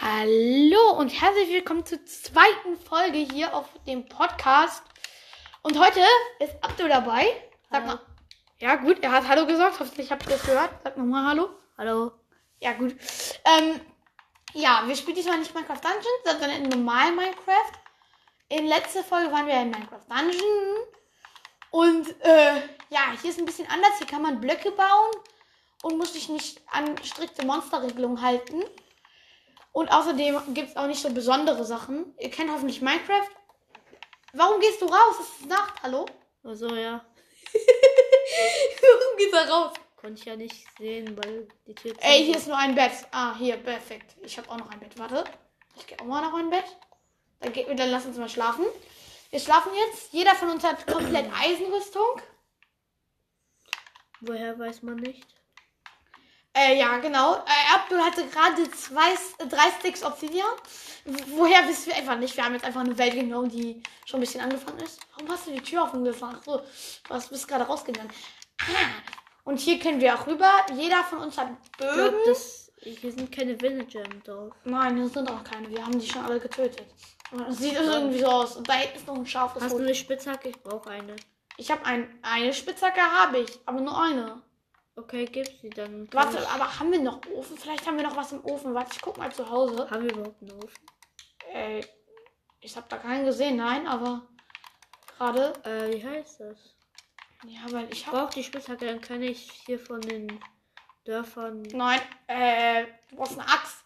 Hallo und herzlich willkommen zur zweiten Folge hier auf dem Podcast. Und heute ist Abdo dabei. Sag Hallo. mal. Ja, gut, er hat Hallo gesagt. Hoffentlich habt ihr es gehört. Sag nochmal Hallo. Hallo. Ja, gut. Ähm, ja, wir spielen diesmal nicht Minecraft Dungeons, sondern in normal Minecraft. In letzter Folge waren wir in Minecraft Dungeon. Und äh, ja, hier ist ein bisschen anders. Hier kann man Blöcke bauen und muss sich nicht an strikte Monsterregelungen halten. Und außerdem gibt es auch nicht so besondere Sachen. Ihr kennt hoffentlich Minecraft. Warum gehst du raus? Es ist Nacht, hallo? Achso, ja. Warum geht er raus? Konnte ich ja nicht sehen, weil die Tür. zu Ey, hier war. ist nur ein Bett. Ah, hier, perfekt. Ich habe auch noch ein Bett. Warte. Ich gehe auch mal noch ein Bett. Dann, geht, dann lass uns mal schlafen. Wir schlafen jetzt. Jeder von uns hat komplett Eisenrüstung. Woher weiß man nicht? Äh, ja, genau. Äh, Abdul hatte gerade zwei, S- äh, drei Sticks Obsidian. W- Woher wissen wir einfach nicht? Wir haben jetzt einfach eine Welt genommen, die schon ein bisschen angefangen ist. Warum hast du die Tür offen gefahren? Ach so, du hast- bist gerade rausgegangen. Ah. Und hier können wir auch rüber. Jeder von uns hat Ich Bögen. glaub, das, hier sind keine Villager im Dorf. Nein, das sind auch keine. Wir haben die schon alle getötet. Das sieht Schade. irgendwie so aus. Und da hinten ist noch ein Schaf. Das Hast du holt. eine Spitzhacke? Ich brauche eine. Ich habe ein, eine Spitzhacke, habe ich, aber nur eine. Okay, gib sie dann. kann Warte, ich- aber haben wir noch Ofen? Vielleicht haben wir noch was im Ofen. Warte, ich guck mal zu Hause. Haben wir überhaupt einen Ofen? Ey, ich habe da keinen gesehen, nein, aber gerade. Äh, wie heißt das? Ja, weil ich Ich habe. brauche die Spitzhacke, dann kann ich hier von den Dörfern. Nein, äh, du brauchst eine Axt.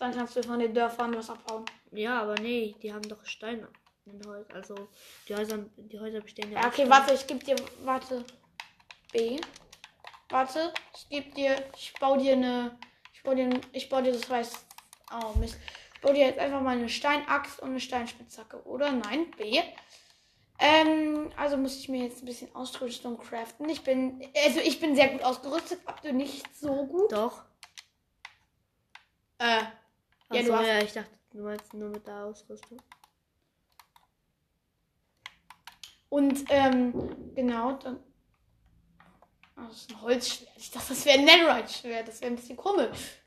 Dann kannst du von den Dörfern was abbauen. Ja, aber nee, die haben doch Steine in Holz. Also, die Häuser, die Häuser bestehen ja Ja, aus okay, Stein. warte, ich geb dir. Warte. B. Warte, ich geb dir. Ich baue dir eine. Ich baue dir. Ich baue dir das weiß. Oh, Mist. Ich baue dir jetzt einfach mal eine Steinaxt und eine Steinspitzhacke, oder? Nein, B. Ähm, also muss ich mir jetzt ein bisschen Ausrüstung craften. Ich bin. Also ich bin sehr gut ausgerüstet, aber du nicht so gut. Doch. Äh. Ja, Achso, du hast- ja, ich dachte, du meinst nur mit der Ausrüstung. Und, ähm, genau, dann. Ah, Das ist ein Holzschwert. Ich dachte, das wäre ein Netherite-Schwert. Das wäre ein bisschen komisch.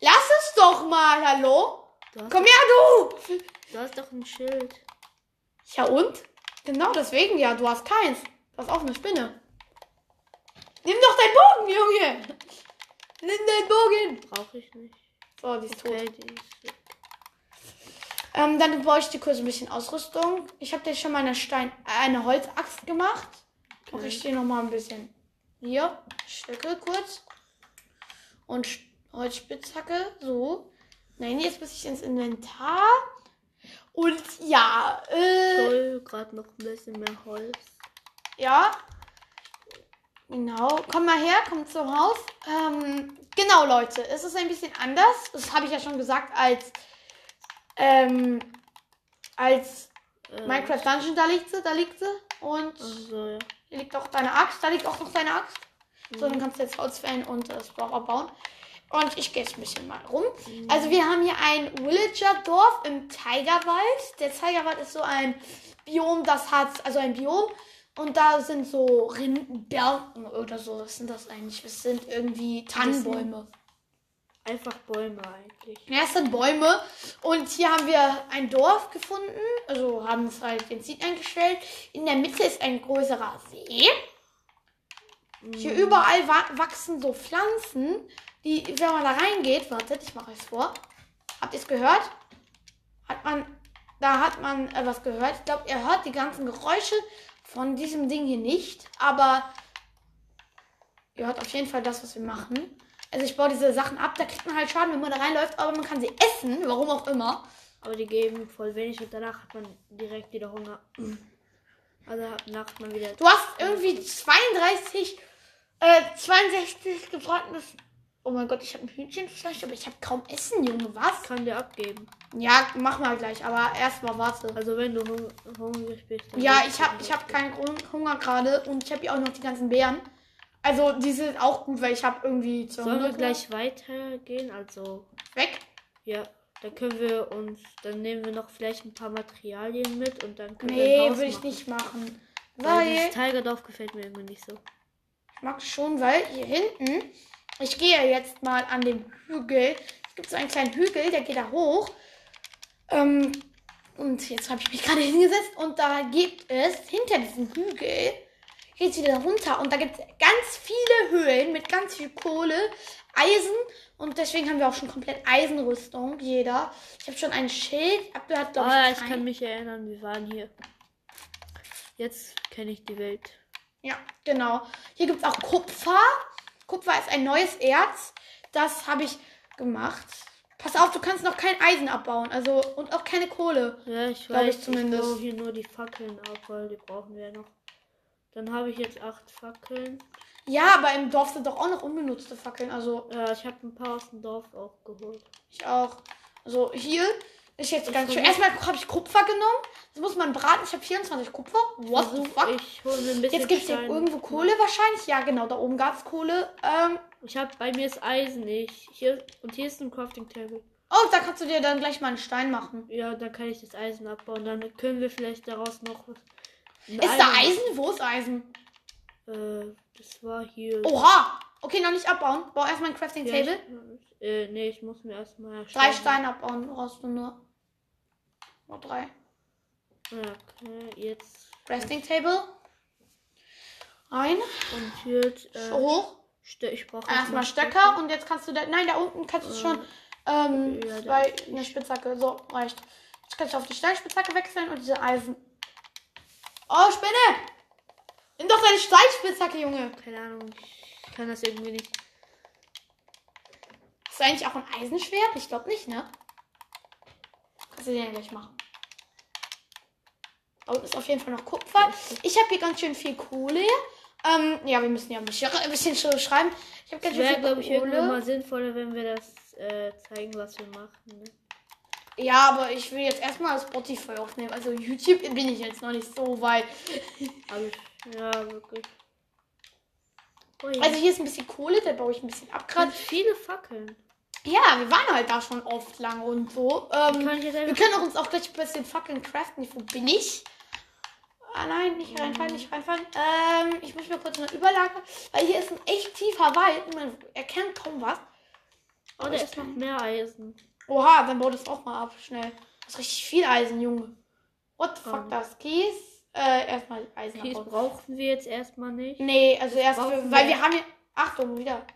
Lass es doch mal, hallo? Du hast Komm her, du! Du hast doch ein Schild. Ja, und? Genau deswegen, ja, du hast keins. Du hast auch eine Spinne. Nimm doch deinen Bogen, Junge! Nimm deinen Bogen! Brauche ich nicht. So, die ist tot. Okay, die ist. Ähm, dann bräuchte ich kurz ein bisschen Ausrüstung. Ich habe dir schon mal eine Stein, äh, eine Holzaxt gemacht. Okay. Mache ich dir noch mal ein bisschen. Hier, Stöcke kurz. Und Sch- Holzspitzhacke, so. Nein, jetzt muss ich ins Inventar. Und ja, Ich äh, hol gerade noch ein bisschen mehr Holz. ja. Genau, komm mal her, komm zum Haus. Ähm, genau, Leute, es ist ein bisschen anders. Das habe ich ja schon gesagt, als, ähm, als Äh, Minecraft Dungeon, da liegt sie, da liegt sie. Und Also, ja. hier liegt auch deine Axt, da liegt auch noch deine Axt. So, dann Mhm. kannst du jetzt Holz fällen und äh, das Brauch abbauen. Und ich gehe jetzt ein bisschen mal rum. Also wir haben hier ein Villager-Dorf im Tigerwald. Der Tigerwald ist so ein Biom, das hat, also ein Biom. Und da sind so Rindenbergen oder so. Was sind das eigentlich? Das sind irgendwie Tannenbäume. Einfach Bäume eigentlich. Ja, es sind Bäume. Und hier haben wir ein Dorf gefunden. Also haben es halt den Seed eingestellt. In der Mitte ist ein größerer See. Hier Mhm. überall wa wachsen so Pflanzen, die, wenn man da reingeht, wartet, ich mache euch vor. Habt ihr es gehört? Hat man, da hat man äh, was gehört. Ich glaube, ihr hört die ganzen Geräusche von diesem Ding hier nicht, aber ihr hört auf jeden Fall das, was wir machen. Also ich baue diese Sachen ab, da kriegt man halt Schaden, wenn man da reinläuft, aber man kann sie essen, warum auch immer. Aber die geben voll wenig und danach hat man direkt wieder Hunger. Also hat- danach hat man wieder. Du hast irgendwie 32, äh, 62 gebratenes. Oh mein Gott, ich habe ein Hühnchenfleisch, aber ich habe kaum Essen, Junge. Was? Ich kann dir abgeben. Ja, mach mal gleich, aber erstmal warte. Also wenn du hung hungrig bist. dann Ja, kannst ich du hab, dir ich hab abgeben. keinen Grund- Hunger gerade und ich hab hier auch noch die ganzen Beeren. Also die sind auch gut, weil ich hab irgendwie Sollen wir 200 gleich weitergehen? Also, weg. ja. Dann können wir uns, dann nehmen wir noch vielleicht ein paar Materialien mit und dann können wir Nee, ein Haus will ich machen. nicht machen. Weil dieses Weil Tigerdorf gefällt mir irgendwie nicht so. ich mag schon, weil hier hinten, ich gehe jetzt mal an dem Hügel, gibt es so einen kleinen Hügel, der geht da hoch. Ähm, und jetzt habe ich mich gerade hingesetzt und da gibt es hinter diesem Hügel geht's wieder runter und da gibt es ganz viele Höhlen mit ganz viel Kohle, Eisen und deswegen haben wir auch schon komplett Eisenrüstung, jeder. Ich habe schon ein Schild, Abdel hat glaube Ah, ich, ich kein- kann mich erinnern, wir waren hier. Jetzt kenne ich die Welt. Ja, genau. Hier gibt es auch Kupfer. Kupfer ist ein neues Erz. Das habe ich gemacht. Pass auf, du kannst noch kein Eisen abbauen, also und auch keine Kohle. Ja, ich Glaub weiß, ich ich zumindest. baue hier nur die Fackeln ab, weil die brauchen wir noch. Dann habe ich jetzt acht Fackeln. Ja, aber im Dorf sind doch auch noch unbenutzte Fackeln, also Äh, ich habe ein paar aus dem Dorf auch geholt. ich auch. Also hier ist jetzt Ich ganz schön. versuch- Erstmal habe ich Kupfer genommen. Das muss man braten. Ich habe 24 Kupfer. What the Versuch- fuck? Also, Ich hole mir ein bisschen Jetzt gibt es Stein. irgendwo Kohle wahrscheinlich. Ja, genau, da oben gab es Kohle. Ähm, Ich habe bei mir ist Eisen nicht. Hier und hier ist ein Crafting Table. oh, da kannst du dir dann gleich mal einen Stein machen. Ja, dann kann ich das Eisen abbauen. Dann können wir vielleicht daraus noch was. ein Ist da Eisen? Wo ist Eisen? Äh, das war hier. Oha! Okay, noch nicht abbauen. Bau erstmal Oh, ein Crafting Ja, ich- Table. Äh, nee, ich muss mir erstmal. Drei Steine abbauen brauchst du nur. Nur drei. Ja, okay, jetzt. Crafting Table. Ein. Und jetzt. Äh, so hoch. Stö- ich brauche Erstmal Stöcker. Und jetzt kannst du da. Nein, da unten kannst du schon. Ähm, Äh, ja, da- zwei. Eine Spitzhacke. So, reicht. Jetzt kannst du auf die Steinspitzhacke wechseln und diese Eisen. Oh, Spinne! Nimm doch deine Steinspitzhacke, Junge! Keine Ahnung, ich kann das irgendwie nicht. Hast du eigentlich auch ein Eisenschwert? Ich glaube nicht, ne? Kannst du den ja gleich machen. Aber ist auf jeden Fall noch Kupfer. Ich habe hier ganz schön viel Kohle. Ähm, ja, wir müssen ja ein bisschen, ein bisschen schon schreiben. Ich habe Es ganz wäre, schön glaube ich, viel irgendwann mal Kohle. sinnvoller, wenn wir das äh, zeigen, was wir machen. Ne? Ja, aber ich will jetzt erstmal Spotify aufnehmen. Also YouTube bin ich jetzt noch nicht so weit. Aber Also, ich, ja, wirklich. Oh, ja. Also hier ist ein bisschen Kohle, da baue ich ein bisschen ab gerade. Ganz viele Fackeln. Ja, wir waren halt da schon oft lang und so. Ähm, Kann ich jetzt Wir einfach. können auch uns auch gleich ein bisschen fucking craften. Wo bin ich? Ah, nein, nicht reinfallen, nicht reinfallen. Ähm, ich muss mir kurz eine Überlage, weil hier ist ein echt tiefer Wald und man erkennt kaum was. Oh, da ist noch mehr Eisen. Oha, dann baut es auch mal ab, schnell. Das ist richtig viel Eisen, Junge. What the fuck, Oh. das Kies? Äh, erstmal Eisen Kies abbauen. brauchen wir jetzt erstmal nicht. Nee, also erst, brauchen für, wir. weil wir haben hier... Achtung, wieder.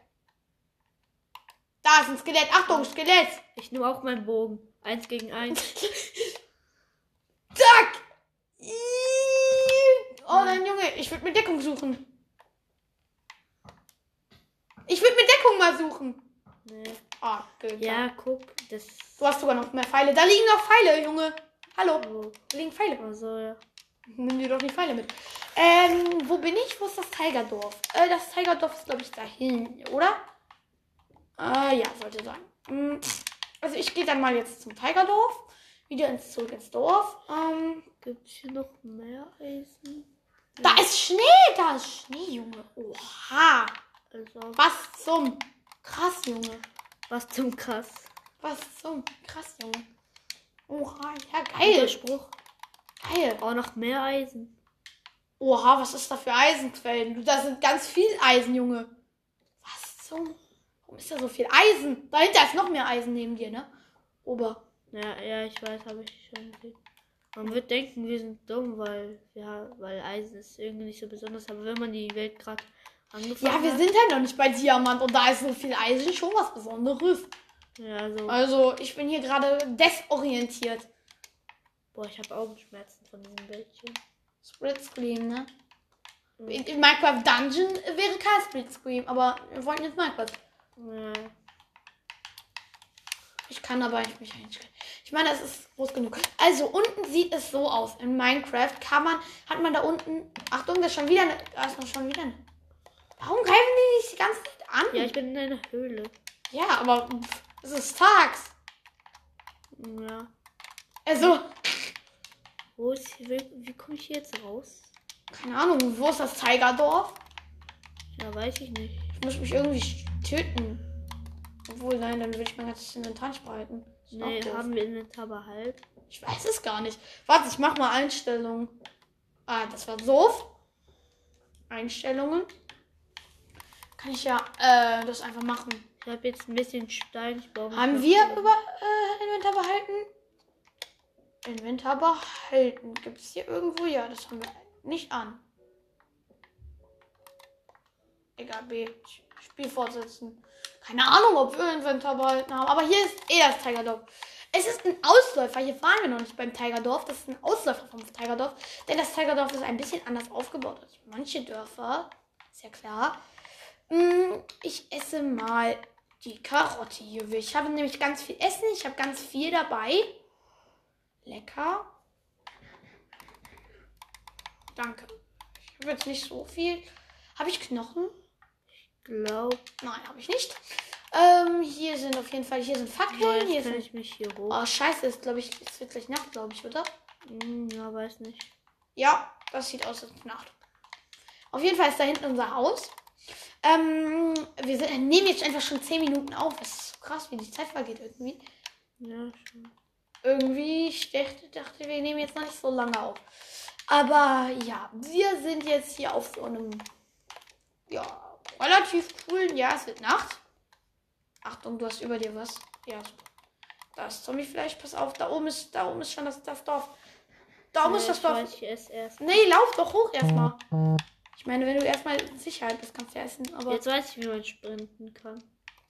Da ist ein Skelett. Achtung, Skelett. Ich nehme auch meinen Bogen. Eins gegen eins. Zack! Ih. Oh Nein. nein, Junge, ich würde mir Deckung suchen. Ich würde mir Deckung mal suchen. Nee. Ah, Günther. Ja, guck, das. Du hast sogar noch mehr Pfeile. Da liegen noch Pfeile, Junge. Hallo, Oh, da liegen Pfeile. also, ja. Nimm dir doch die Pfeile mit. Ähm, wo bin ich? Wo ist das Tigerdorf? Äh, das Tigerdorf ist, glaube ich, dahin, oder? Äh, ja, sollte sein. Mm, Also ich gehe dann mal jetzt zum Tigerdorf. Wieder ins, zurück ins Dorf. Ähm, Gibt's hier noch mehr Eisen? Da ist Schnee, da ist Schnee, Junge. Oha. Also, Was zum? Krass, Junge. was zum Krass. Was zum? Krass, Junge. Oha, ja, Guter geil. Spruch. Geil. Oh, noch mehr Eisen. Oha, was ist da für Eisenquellen? Du, da sind ganz viel Eisen, Junge. Was zum? Warum ist da so viel Eisen? Dahinter ist noch mehr Eisen neben dir, ne? Ober. Ja, ja, ich weiß, habe ich schon gesehen. Man wird denken, wir sind dumm, weil ja, weil Eisen ist irgendwie nicht so besonders, aber wenn man die Welt gerade angefangen Ja, wir sind halt noch nicht bei Diamant und da ist so viel Eisen schon was Besonderes. hat, ja so, Also, ich bin hier gerade desorientiert. boah, ich habe Augenschmerzen von diesem Bildchen. Split Screen, ne? Mhm. In, in Minecraft Dungeon wäre kein Split Screen, aber wir wollten jetzt Minecraft. Ja, Ich kann aber nicht mich einstellen. Ich meine, das ist groß genug. Also unten sieht es so aus. In Minecraft kann man, hat man da unten. Achtung, da ist schon wieder eine. Da ist noch schon wieder eine. Warum greifen die nicht die ganze Zeit an? ja ich bin in einer Höhle. Ja, aber pff, es ist tags. Ja. Also, Wo ist hier, wie, wie komme ich hier jetzt raus? keine Ahnung, wo ist das Tigerdorf? Ja, weiß ich nicht. Ich muss mich irgendwie sch- töten. Obwohl, nein, dann würde ich mein ganzes Inventar nicht behalten. Ist auch Nee, doof. haben wir Inventar behalten. Ich weiß es gar nicht. Warte, ich mach mal Einstellungen. Ah, das war doof. Einstellungen. Kann ich ja äh, das einfach machen. Ich Ich habe jetzt ein bisschen Stein. Ich baue mich Haben noch wir ein. über äh, Inventar behalten? Inventar behalten. Gibt es hier irgendwo? Ja, das haben wir nicht an. Egal, B. Spiel fortsetzen. Keine Ahnung, ob wir Inventar behalten haben. Aber hier ist eh das Tigerdorf. Es ist ein Ausläufer. Hier waren wir noch nicht beim Tigerdorf. Das ist ein Ausläufer vom Tigerdorf. Denn das Tigerdorf ist ein bisschen anders aufgebaut als manche Dörfer. Ist ja klar. Mm, Ich esse mal die Karotte hier. Ich habe nämlich ganz viel Essen. Ich habe ganz viel dabei. Lecker. Danke. Ich habe jetzt nicht so viel. Habe ich Knochen? Glaub, Nein, habe ich nicht. Ähm, hier sind auf jeden Fall, hier sind ja, Fackeln. Hier jetzt kann sind, ich mich hier hoch. oh, scheiße, ist, glaube ich, es wird gleich Nacht, glaube ich, oder? Hm, ja, weiß nicht. Ja, das sieht aus als Nacht. Auf jeden Fall ist da hinten unser Haus. Ähm, wir sind, nehmen jetzt einfach schon 10 Minuten auf. Es ist so krass, wie die Zeit vergeht irgendwie. Ja, schon. Irgendwie, ich dachte, dachte, wir nehmen jetzt noch nicht so lange auf. Aber ja, wir sind jetzt hier auf so einem, ja, relativ coolen, ja, es wird Nacht. Achtung, du hast über dir was. Ja, super. da ist Zombiefleisch, pass auf, da oben ist, da oben ist schon das, das Dorf. Da oben Ja, ist das ich Dorf. weiß, Ich esse erst. Nee, lauf doch hoch erstmal. Ich meine, wenn du erstmal in Sicherheit bist, kannst du ja essen. Aber Jetzt weiß ich, wie man sprinten kann.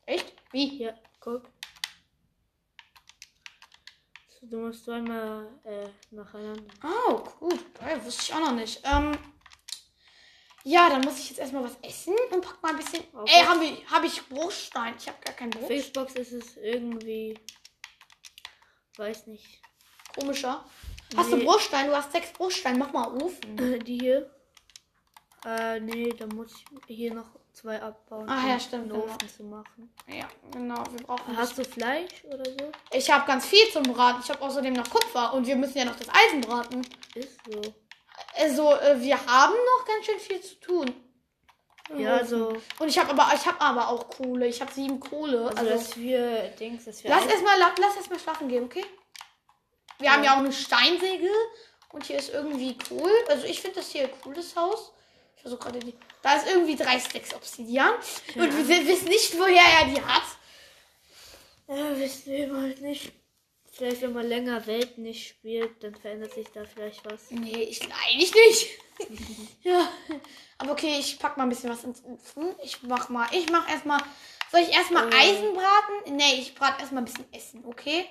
echt? Wie? Ja, guck. So, du musst zweimal äh, nacheinander. Oh, gut. Geil, wusste ich auch noch nicht. Ähm, ja, dann muss ich jetzt erstmal was essen und pack mal ein bisschen. Auf Ey, was? habe ich, hab ich Bruchstein? Ich habe gar keinen Auf Bruch. Xbox ist es irgendwie. Weiß nicht. Komischer. Hast du Nee. Bruchstein? Du hast sechs Bruchstein. Mach mal Ofen. Die hier. Äh, nee, da muss ich hier noch zwei abbauen. Ach ja, um stimmt, Einen genau. Ofen zu machen. Ja, genau. Wir brauchen das. Hast du Fleisch oder so? Ich habe ganz viel zum Braten. Ich habe außerdem noch Kupfer und wir müssen ja noch das Eisen braten. Ist so. Also, äh, wir haben noch ganz schön viel zu tun. Im Ja, Ofen. also, Und ich habe aber, ich habe aber auch Kohle. Ich habe sieben Kohle. also, Also, dass wir denkst, dass wir. lass ein- erstmal, lass, lass erstmal schlafen gehen, okay? Wir haben Ja. ja auch eine Steinsäge und hier ist irgendwie cool. Also ich finde das hier ein cooles Haus. Ich versuche gerade die. Da ist irgendwie drei Stacks Obsidian und wir wi- wissen nicht, woher er die hat. Ja, wissen wir mal nicht. Vielleicht, wenn man länger Welt nicht spielt, dann verändert sich da vielleicht was. Nee, ich eigentlich nicht. ja. Aber okay, ich pack mal ein bisschen was ins Ofen. Ich mach mal, ich mach erstmal. Soll ich erstmal Äh. Eisen braten? Nee, ich brate erstmal ein bisschen Essen, okay?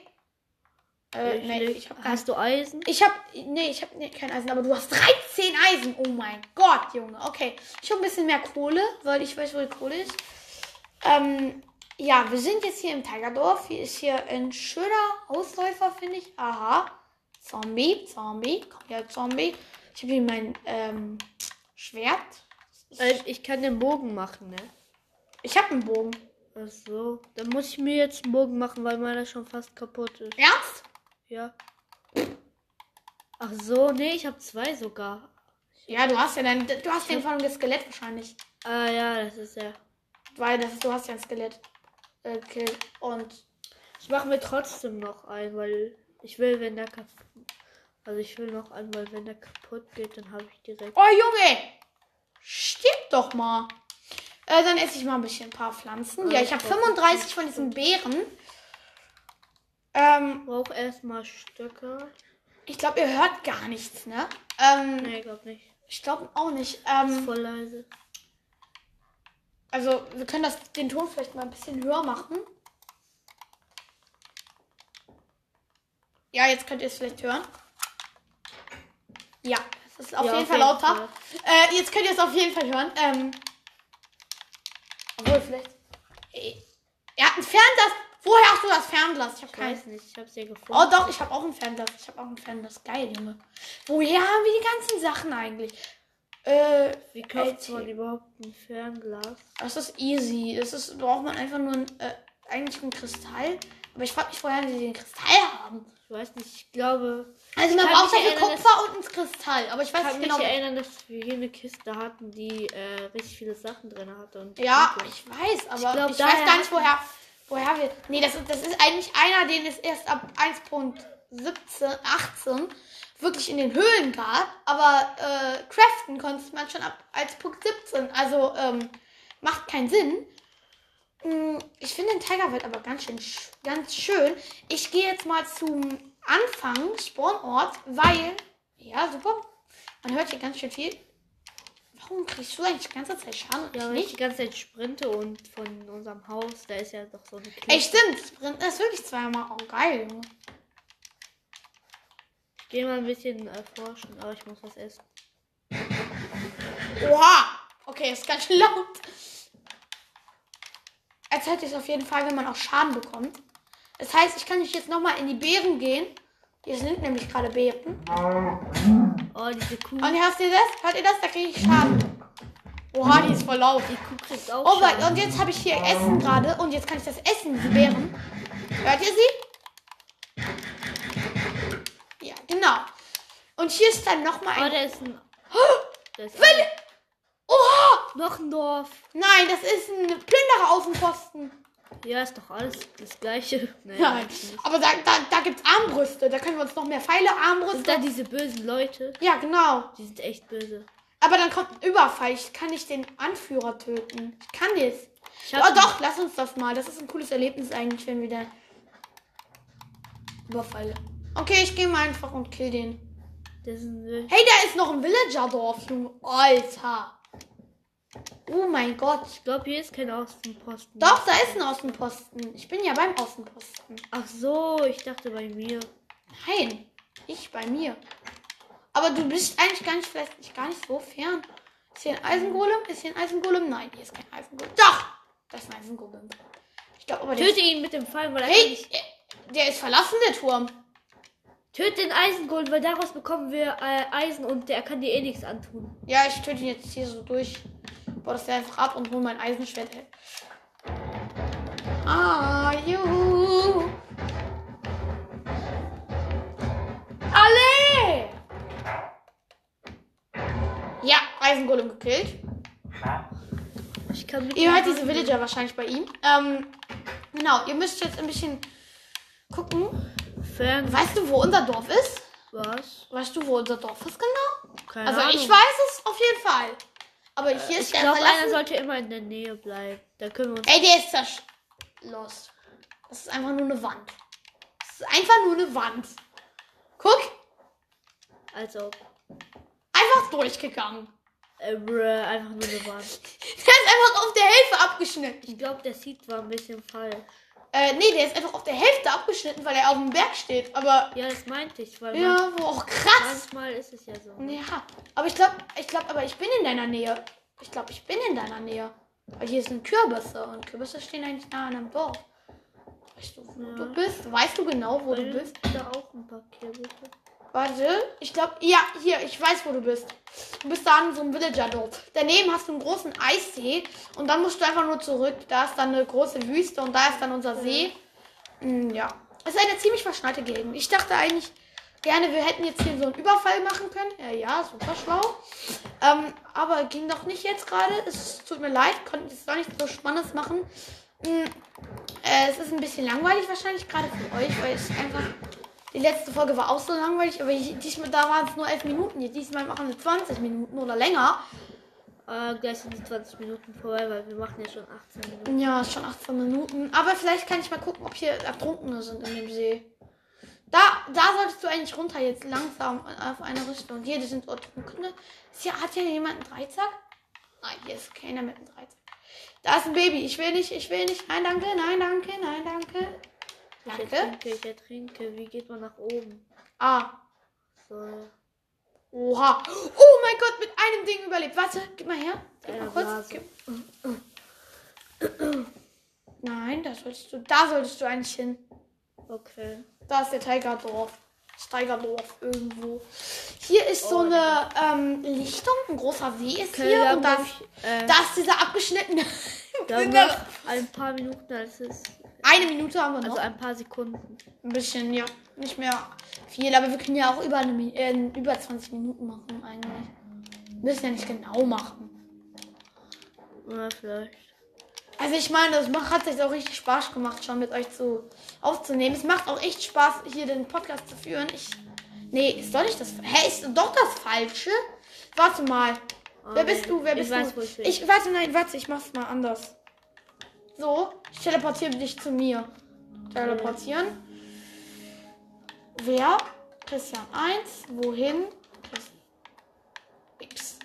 Äh, nee, leg- ich hab gar Hast du Eisen? Ich hab. Nee, ich hab nee, kein Eisen, aber du hast 13 Eisen. Oh mein Gott, Junge. Okay. Ich hab ein bisschen mehr Kohle, weil ich weiß, wo die Kohle ist. Ähm, ja, wir sind jetzt hier im Tigerdorf. Hier ist hier ein schöner Ausläufer, finde ich. Aha. Zombie, Zombie. Komm her, Zombie. Ich habe hier mein ähm, Schwert. Äh, ich kann den Bogen machen, ne? Ich habe einen Bogen. Ach so. Dann muss ich mir jetzt einen Bogen machen, weil meiner schon fast kaputt ist. Ernst? Ja. Ach so, nee, ich habe zwei sogar. Ja, du hast ja dein, du hast den von dem Skelett wahrscheinlich. Ah ja, das ist ja. Weil das, du hast ja ein Skelett. Äh, Kill. Und Ich mache mir trotzdem noch einen, weil ich will, wenn der kaputt. Also ich will noch einen, weil wenn der kaputt geht, dann habe ich direkt. Oh Junge! Stimmt doch mal. Äh, dann esse ich mal ein bisschen ein paar Pflanzen. Ja, ich habe 35 von diesen Beeren. Ähm, Brauche erstmal Stöcke. ich glaube, ihr hört gar nichts, ne? Ähm, Nee, glaub nicht. ich glaube auch nicht. Ist Ähm, voll leise. also, wir können das, den Ton vielleicht mal ein bisschen höher machen. Ja, jetzt könnt ihr es vielleicht hören. Ja, es ist auf Ja, jeden Fall lauter. Äh, jetzt könnt ihr es auf jeden Fall hören. Ähm, obwohl, vielleicht. Äh, Er hat ein Fernglas. Woher hast du das Fernglas? Ich habe Ich keins. weiß nicht, ich hab's ja gefunden. Oh doch, ich habe auch ein Fernglas. Ich habe auch ein Fernglas. Geil, Junge. Woher haben wir die ganzen Sachen eigentlich? Äh, Wie kauft Echt? man überhaupt ein Fernglas? das ist easy. Das ist, braucht man einfach nur ein, äh, eigentlich einen Kristall. Aber ich frage mich, woher sie den Kristall haben. Ich weiß nicht, ich glaube, Also man kann braucht mich dafür erinnern, dass- Kupfer und einen Kristall. Aber ich ich weiß kann nicht mich genau. erinnern, dass wir hier eine Kiste hatten, die äh, richtig viele Sachen drin hatte. Und Ja, Punkte. ich weiß, aber ich, Ich glaub, weiß daher gar nicht, hatten- woher, woher wir. Nee, das ist, das ist eigentlich einer, den es erst ab 1.17, 18 wirklich in den Höhlen gab. Aber äh, craften konnte man schon ab 1.17. Also ähm, macht keinen Sinn. Mm, Ich finde den Tiger wird aber ganz schön, sch- ganz schön. Ich gehe jetzt mal zum Anfang, Spawnort, weil, ja, super. Man hört hier ganz schön viel. Warum kriegst du eigentlich die ganze Zeit Schaden und Ja, ich wenn ich die nicht? ganze Zeit sprinte und von unserem Haus, da ist ja doch so eine Klippe. Ey, stimmt. Sprinten ist wirklich zweimal. Oh, geil, Junge. Ich gehe mal ein bisschen erforschen, aber ich muss was essen. Oha! Okay, ist ganz schön laut. Als hätte ich es auf jeden Fall, wenn man auch Schaden bekommt. Das heißt, ich kann nicht jetzt nochmal in die Beeren gehen. Hier sind nämlich gerade Beeren. Oh, diese Kuh. Und hörst ihr das? Hört ihr das? Da kriege ich Schaden. Oha, die ist voll laut. Die Kuh kriegt auch Oh mein Schaden. Gott, und jetzt habe ich hier Essen gerade. Und jetzt kann ich das essen, diese Beeren. Hört ihr sie? Ja, genau. Und hier ist dann nochmal Oh, ein... da ist ein... Da ist Oha! noch ein Dorf. Nein, das ist ein Plünderer Außenposten. Ja, ist doch alles das gleiche. Nein. Nein, ist nicht. aber da, da, da gibt's Armbrüste. Da können wir uns noch mehr Pfeile, Und dann Armbrüste. diese bösen Leute. Ja, genau. Die sind echt böse. Aber dann kommt ein Überfall. Ich kann nicht den Anführer töten. Ich kann das. Ich hab- Oh doch, lass uns das mal. Das ist ein cooles Erlebnis eigentlich, wenn wir da Überfall. Okay, ich gehe mal einfach und kill den. Das sind wirklich- Hey, da ist noch ein Villager-Dorf, Junge. Alter. Oh mein Gott. ich glaube, hier ist kein Außenposten. Doch, da ist ein Außenposten. Ich bin ja beim Außenposten. Ach so, ich dachte bei mir. Nein, ich bei mir. Aber du bist eigentlich gar nicht, vielleicht nicht, gar nicht so fern. Ist hier ein Eisengolem? Ist hier ein Eisengolem? Nein, hier ist kein Eisengolem. Doch! Das ist ein Eisengolem. Ich glaube aber, der, Töte ihn mit dem Pfeil, weil er kann hey, nicht- äh, der ist verlassen, der Turm. Töte den Eisengolem, weil daraus bekommen wir äh, Eisen und der kann dir eh nichts antun. Ja, ich töte ihn jetzt hier so durch. Baue das einfach ab und hole mein Eisenschwert. her. Ah, juhu. Alle! Ja, Eisengolem gekillt. Ich kann mit Ihr ihm hört diese handeln. Villager wahrscheinlich bei ihm. Ähm, genau, ihr müsst jetzt ein bisschen gucken. Fern Weißt du, wo unser Dorf ist? was? Weißt du, wo unser Dorf ist genau? Keine Also Ahnung. Äh, ich weiß es auf jeden Fall. Aber hier Ich ist der glaube, einer verlassen. sollte immer in der Nähe bleiben. Da können wir uns. Ey, der ist zersch... Lost. Das ist einfach nur eine Wand. Das ist einfach nur eine Wand. Guck, Also, einfach durchgegangen. äh, brr, einfach nur eine Wand. Der ist einfach auf der Hälfte abgeschnitten. Ich glaube, der Seed war ein bisschen falsch. Äh, nee, der ist einfach auf der Hälfte abgeschnitten, weil er auf dem Berg steht. Aber Ja, das meinte ich, weil man- ja, wo auch krass. manchmal ist es ja so. Ja, aber ich glaube, ich glaube, aber ich bin in deiner Nähe. Ich glaube, ich bin in deiner Nähe. Weil hier sind Kürbisse und Kürbisse stehen eigentlich nah an einem Dorf. Weißt du, wo Ja. du bist? Weißt du genau, wo Weil du bist? Da auch ein paar Kirbisse. Warte, ich glaube, ja, hier, ich weiß, wo du bist. Du bist da an so einem Villager-Dorf. Daneben hast du einen großen Eissee und dann musst du einfach nur zurück. Da ist dann eine große Wüste und da ist dann unser See. Mm, ja, es ist eine ziemlich verschneite Gegend. Ich dachte eigentlich gerne, wir hätten jetzt hier so einen Überfall machen können. Ja, ja, super schlau. Ähm, aber ging doch nicht jetzt gerade. Es tut mir leid, konnten jetzt doch nicht so Spannendes machen. Mm, äh, es ist ein bisschen langweilig wahrscheinlich, gerade für euch, weil es einfach... Die letzte Folge war auch so langweilig, aber ich, diesmal, da waren es nur 11 Minuten. Jetzt Diesmal machen wir 20 Minuten oder länger. Äh, gleich sind die 20 Minuten vorbei, weil wir machen ja schon 18 Minuten. Ja, ist schon 18 Minuten. Aber vielleicht kann ich mal gucken, ob hier Ertrunkene sind in dem See. Da, da solltest du eigentlich runter jetzt langsam auf eine Richtung. Hier, das sind Ertrunkene. Ist hier, hat hier jemand einen Dreizack? Nein, hier ist keiner mit einem Dreizack. Da ist ein Baby. Ich will nicht, ich will nicht. Nein, danke, nein, danke, nein, danke. Ich Danke. ertrinke, ich ertrinke. Wie geht man nach oben? Ah, So, Oha. Oh mein Gott, mit einem Ding überlebt. Warte, gib mal her. Gib mal Einer kurz. Blase. Gib. Nein, da solltest du, da solltest du eigentlich hin. okay. Da ist der Tigerdorf. Das Tigerdorf irgendwo. Hier ist so Oh, eine ähm, Lichtung, ein großer See ist Okay, hier. dann Und da, mach ich, äh, da ist dieser abgeschnittene. dann noch ein paar Minuten, als es. Eine Minute haben wir noch. Also ein paar Sekunden. Ein bisschen, ja. Nicht mehr viel, aber wir können ja auch über, eine, Mi- äh, über 20 Minuten machen eigentlich. Wir müssen ja nicht genau machen. Oder vielleicht. Also ich meine, das macht, hat sich auch richtig Spaß gemacht, schon mit euch zu aufzunehmen. Es macht auch echt Spaß, hier den Podcast zu führen. Ich. Nee, ist doch nicht das. Hä, ist doch das Falsche? Warte mal. Ah, Wer bist nee. du? Wer ich bist weiß, du? Wo ich, bin. ich warte, nein, warte, ich mach's mal anders. So, ich teleportiere dich zu mir. Teleportieren. Wer? Christian 1. Wohin? Chris X.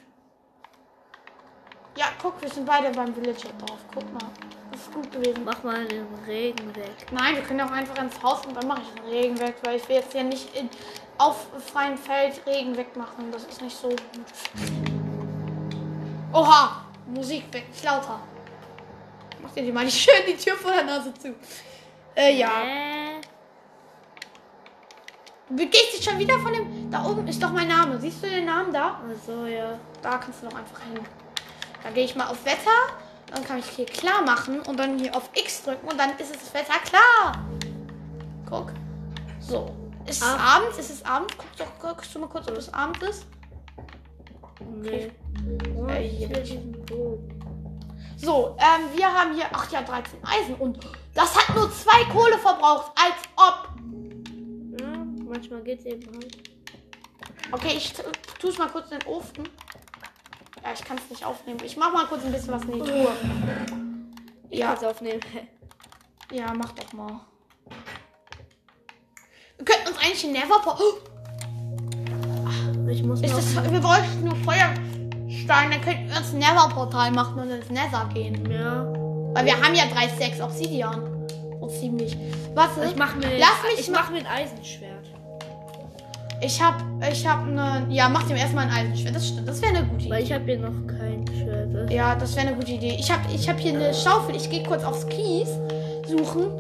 Ja, guck, wir sind beide beim Villager drauf. Guck mal. Das ist gut gewesen. Mach mal den Regen weg. Nein, wir können auch einfach ins Haus und dann mache ich den Regen weg, weil ich will jetzt ja nicht in, auf freiem Feld Regen wegmachen. Das ist nicht so gut. Oha! Musik weg, lauter. Mach dir die mal nicht schön die Tür vor der Nase zu. Äh, ja. Äh, Du begehst dich schon wieder von dem. Da oben ist doch mein Name. Siehst du den Namen da? also ja. Da kannst du doch einfach hin. Da gehe ich mal auf Wetter. Dann kann ich hier klar machen und dann hier auf X drücken und dann ist es das Wetter klar. Guck. So. Ist es Ah. abends? Ist es abends? Guck doch, guckst du mal kurz, ob es abends ist. Nee. Oh, Äh, ich will jetzt. diesen Bogen. So, ähm, wir haben hier, ach ja, 13 Eisen und das hat nur zwei Kohle verbraucht, als ob. Ja, manchmal geht's eben halt. Okay, ich t- tue es mal kurz in den Ofen. Ja, ich kann es nicht aufnehmen. Ich mach mal kurz ein bisschen was in die Truhe. Ja, Kann's aufnehmen. ja, mach doch mal. Wir könnten uns eigentlich in Neverport. Oh, Ich muss ist noch- das, wir bräuchten nur Feuerstein, dann könnten wir uns ein Nether-Portal machen und ins Nether gehen. Ja. Weil wir haben ja 3,6 Obsidian. So ziemlich. Was ne? Ich mach mir. Lass mich ich mal- mach mir ein Eisenschwert. Ich hab, ich hab ne, ja, mach dem erstmal ein Eisenschwert. Das stimmt, das wäre eine gute Weil Idee. ich habe hier noch kein Schwert. Das- Ja, das wäre eine gute Idee. Ich hab, ich hab hier eine Schaufel. Ich gehe kurz aufs Kies suchen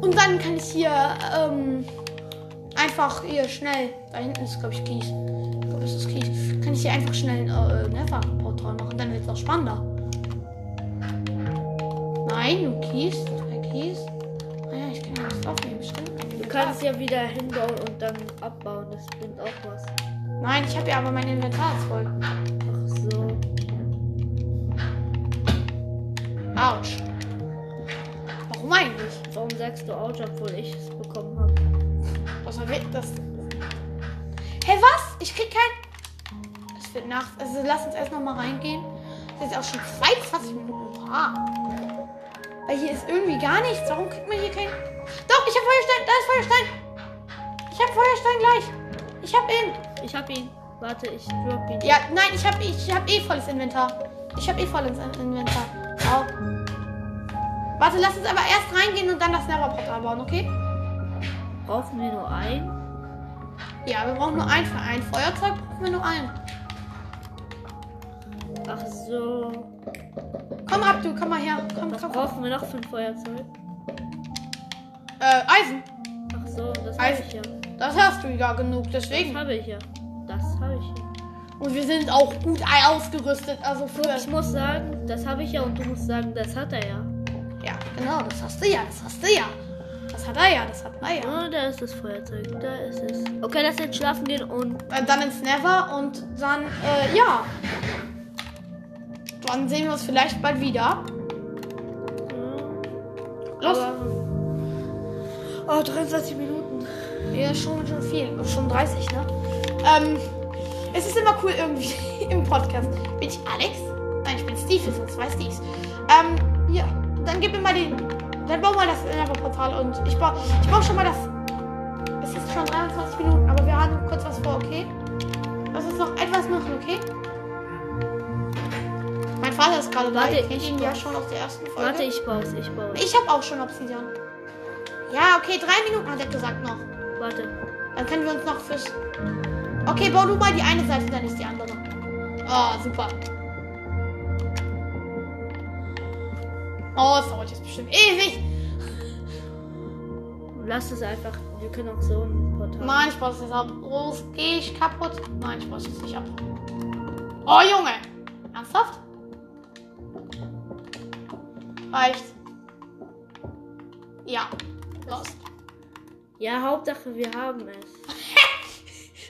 und dann kann ich hier ähm, einfach hier schnell. Da hinten ist glaube ich Kies. Ich glaube, das ist Kies. Kann ich hier einfach schnell ein äh, Never-Portal machen. Dann wird's auch spannender. Nein, nur Kies, zwei Kies. Ah ja, ich kann ja was aufnehmen, stimmt. Du kannst ja wieder hinbauen und dann abbauen. Das bringt auch was. Nein, ich habe ja aber mein Inventar ist voll. Ach so. Autsch. Warum eigentlich? Warum sagst du Ouch, obwohl ich es bekommen habe? Was war weg- das? Hey, was? Ich krieg kein. Es wird Nacht. Also lass uns erst noch mal reingehen. Es ist jetzt auch schon 22 Minuten. Oha. Weil hier ist irgendwie gar nichts. Warum kriegt man hier kein. Doch, ich hab Feuerstein. Da ist Feuerstein. Ich hab Feuerstein gleich. Ich hab ihn. Ich hab ihn. Warte, ich drop ihn. Ja, nein, ich hab, ich hab eh volles Inventar. Ich hab eh volles In- Inventar. Au. Warte, lass uns aber erst reingehen und dann das Neverportal bauen, okay? Brauchen wir nur einen? Ja, wir brauchen nur ein für ein Feuerzeug, brauchen wir nur einen. Ach so. Komm, Abdu, komm mal her. Komm, Was komm, komm. brauchen wir noch für ein Feuerzeug? Äh, Eisen. Ach so, das habe Eisen. ich ja. Das hast du ja genug, Das deswegen. habe ich ja. Das habe ich ja. Und wir sind auch gut ausgerüstet, also für. Ich muss sagen, das habe ich ja und du musst sagen, das hat er ja. Ja, genau, das hast du ja, das hast du ja. Das hat er ja, das hat er ja. Oh, da ist das Feuerzeug. Da ist es. Okay, lass jetzt schlafen gehen und Äh, dann ins Never und dann, äh, ja. Dann sehen wir uns vielleicht bald wieder. Los. Aber, oh, 23 Minuten. Ja, schon, schon viel. Schon 30, ne? Ähm, es ist immer cool irgendwie im Podcast. Bin ich Alex? Nein, ich bin Steve, sonst weiß dies. Ähm, ja, dann gib mir mal den. Dann bau mal das Inhaber-Portal und ich baue ich bau schon mal das. Es ist schon 23 Minuten, aber wir haben noch kurz was vor, okay? Lass uns noch etwas machen, okay? Mein Vater ist gerade da. Warte, Ihr kennt ich ihn baue- ja schon aus der ersten Folge. Warte, ich baue es, ich baue es. Ich habe auch schon Obsidian. Ja, okay, drei Minuten hat er gesagt noch. Warte. Dann können wir uns noch fürs. Okay, bau du mal die eine Seite, dann ist die andere. Oh, super. Oh, es dauert jetzt bestimmt ewig. Lass es einfach. Wir können auch so ein Portal. Nein, ich brauche es jetzt ab. Los, geh ich kaputt? Nein, ich brauche es jetzt nicht ab. Oh, Junge. Ernsthaft? Reicht. Ja. Los. Ja, Hauptsache, wir haben es.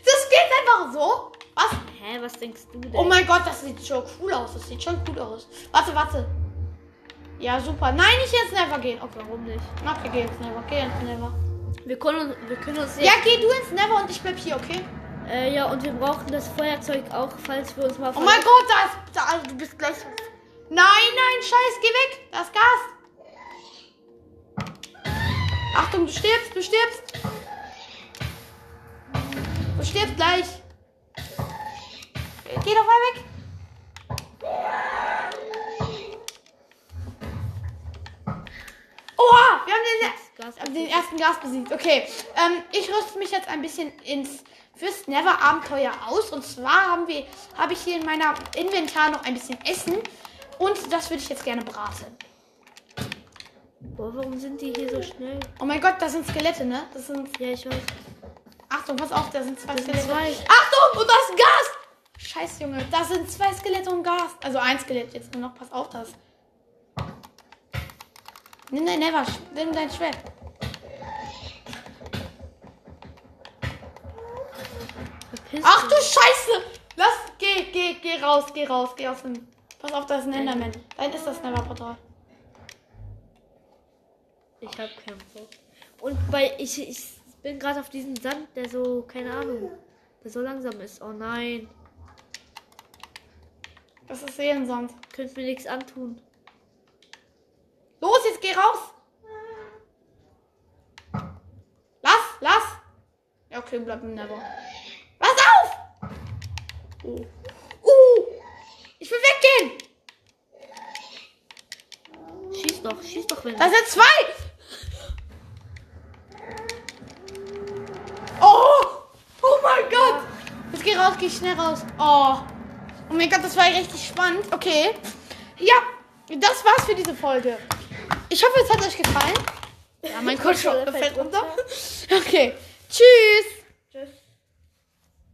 Das geht einfach so? Was? Hä, was denkst du denn? Oh mein Gott, das sieht schon cool aus. Das sieht schon gut aus. Warte, warte. Ja, super. Nein, ich jetzt never gehen. Okay, Warum nicht? okay, geh ins Never. Geh ins Never. Wir können uns, wir können uns Ja, geh du ins Never und ich bleib hier, okay? Äh, ja, und wir brauchen das Feuerzeug auch, falls wir uns mal Oh mein Gott, da ist. Da, also, du bist gleich. Nein, nein, scheiß, geh weg. Da ist Gas. Achtung, du stirbst, du stirbst. Du stirbst gleich. Geh doch mal weg. Oha, wir haben den, Gas- wir haben den ersten Gas besiegt. Okay, ähm, ich rüste mich jetzt ein bisschen ins fürs Never Abenteuer aus. Und zwar haben wir, habe ich hier in meiner Inventar noch ein bisschen Essen. Und das würde ich jetzt gerne braten. Boah, warum sind die hier so schnell? Oh mein Gott, das sind Skelette, ne? Das sind Ja, ich weiß. Achtung, pass auf, da sind zwei sind Skelette. zwei. Achtung, und das Gas! Scheiß Junge, da sind zwei Skelette und Gas. Also ein Skelett jetzt nur noch, pass auf das. Nimm dein Never, Sch- nimm dein Schwert. Verpiss Ach du dich. Scheiße! Lass, geh, geh, geh raus, geh raus, geh aus dem. Pass auf, da ist ein Enderman. Dein ist das Never-Portal. Ich hab keinen Bock. Und bei ich, ich bin gerade auf diesem Sand, der so, keine Ahnung, der so langsam ist. Oh nein. Das ist Seelensand. Könnt mir nichts antun. Los, jetzt geh raus! Lass, lass! Ja, okay, bleib im Never. Pass auf! Oh. Uh! Ich will weggehen! Schieß doch, schieß doch, wenn Da sind zwei! Oh! Oh mein Gott! Jetzt geh raus, geh schnell raus. Oh. Oh mein Gott, das war richtig spannend. Okay. Ja, das war's für diese Folge. Ich hoffe, es hat euch gefallen. Ja, mein Controller fällt runter. Okay. Tschüss!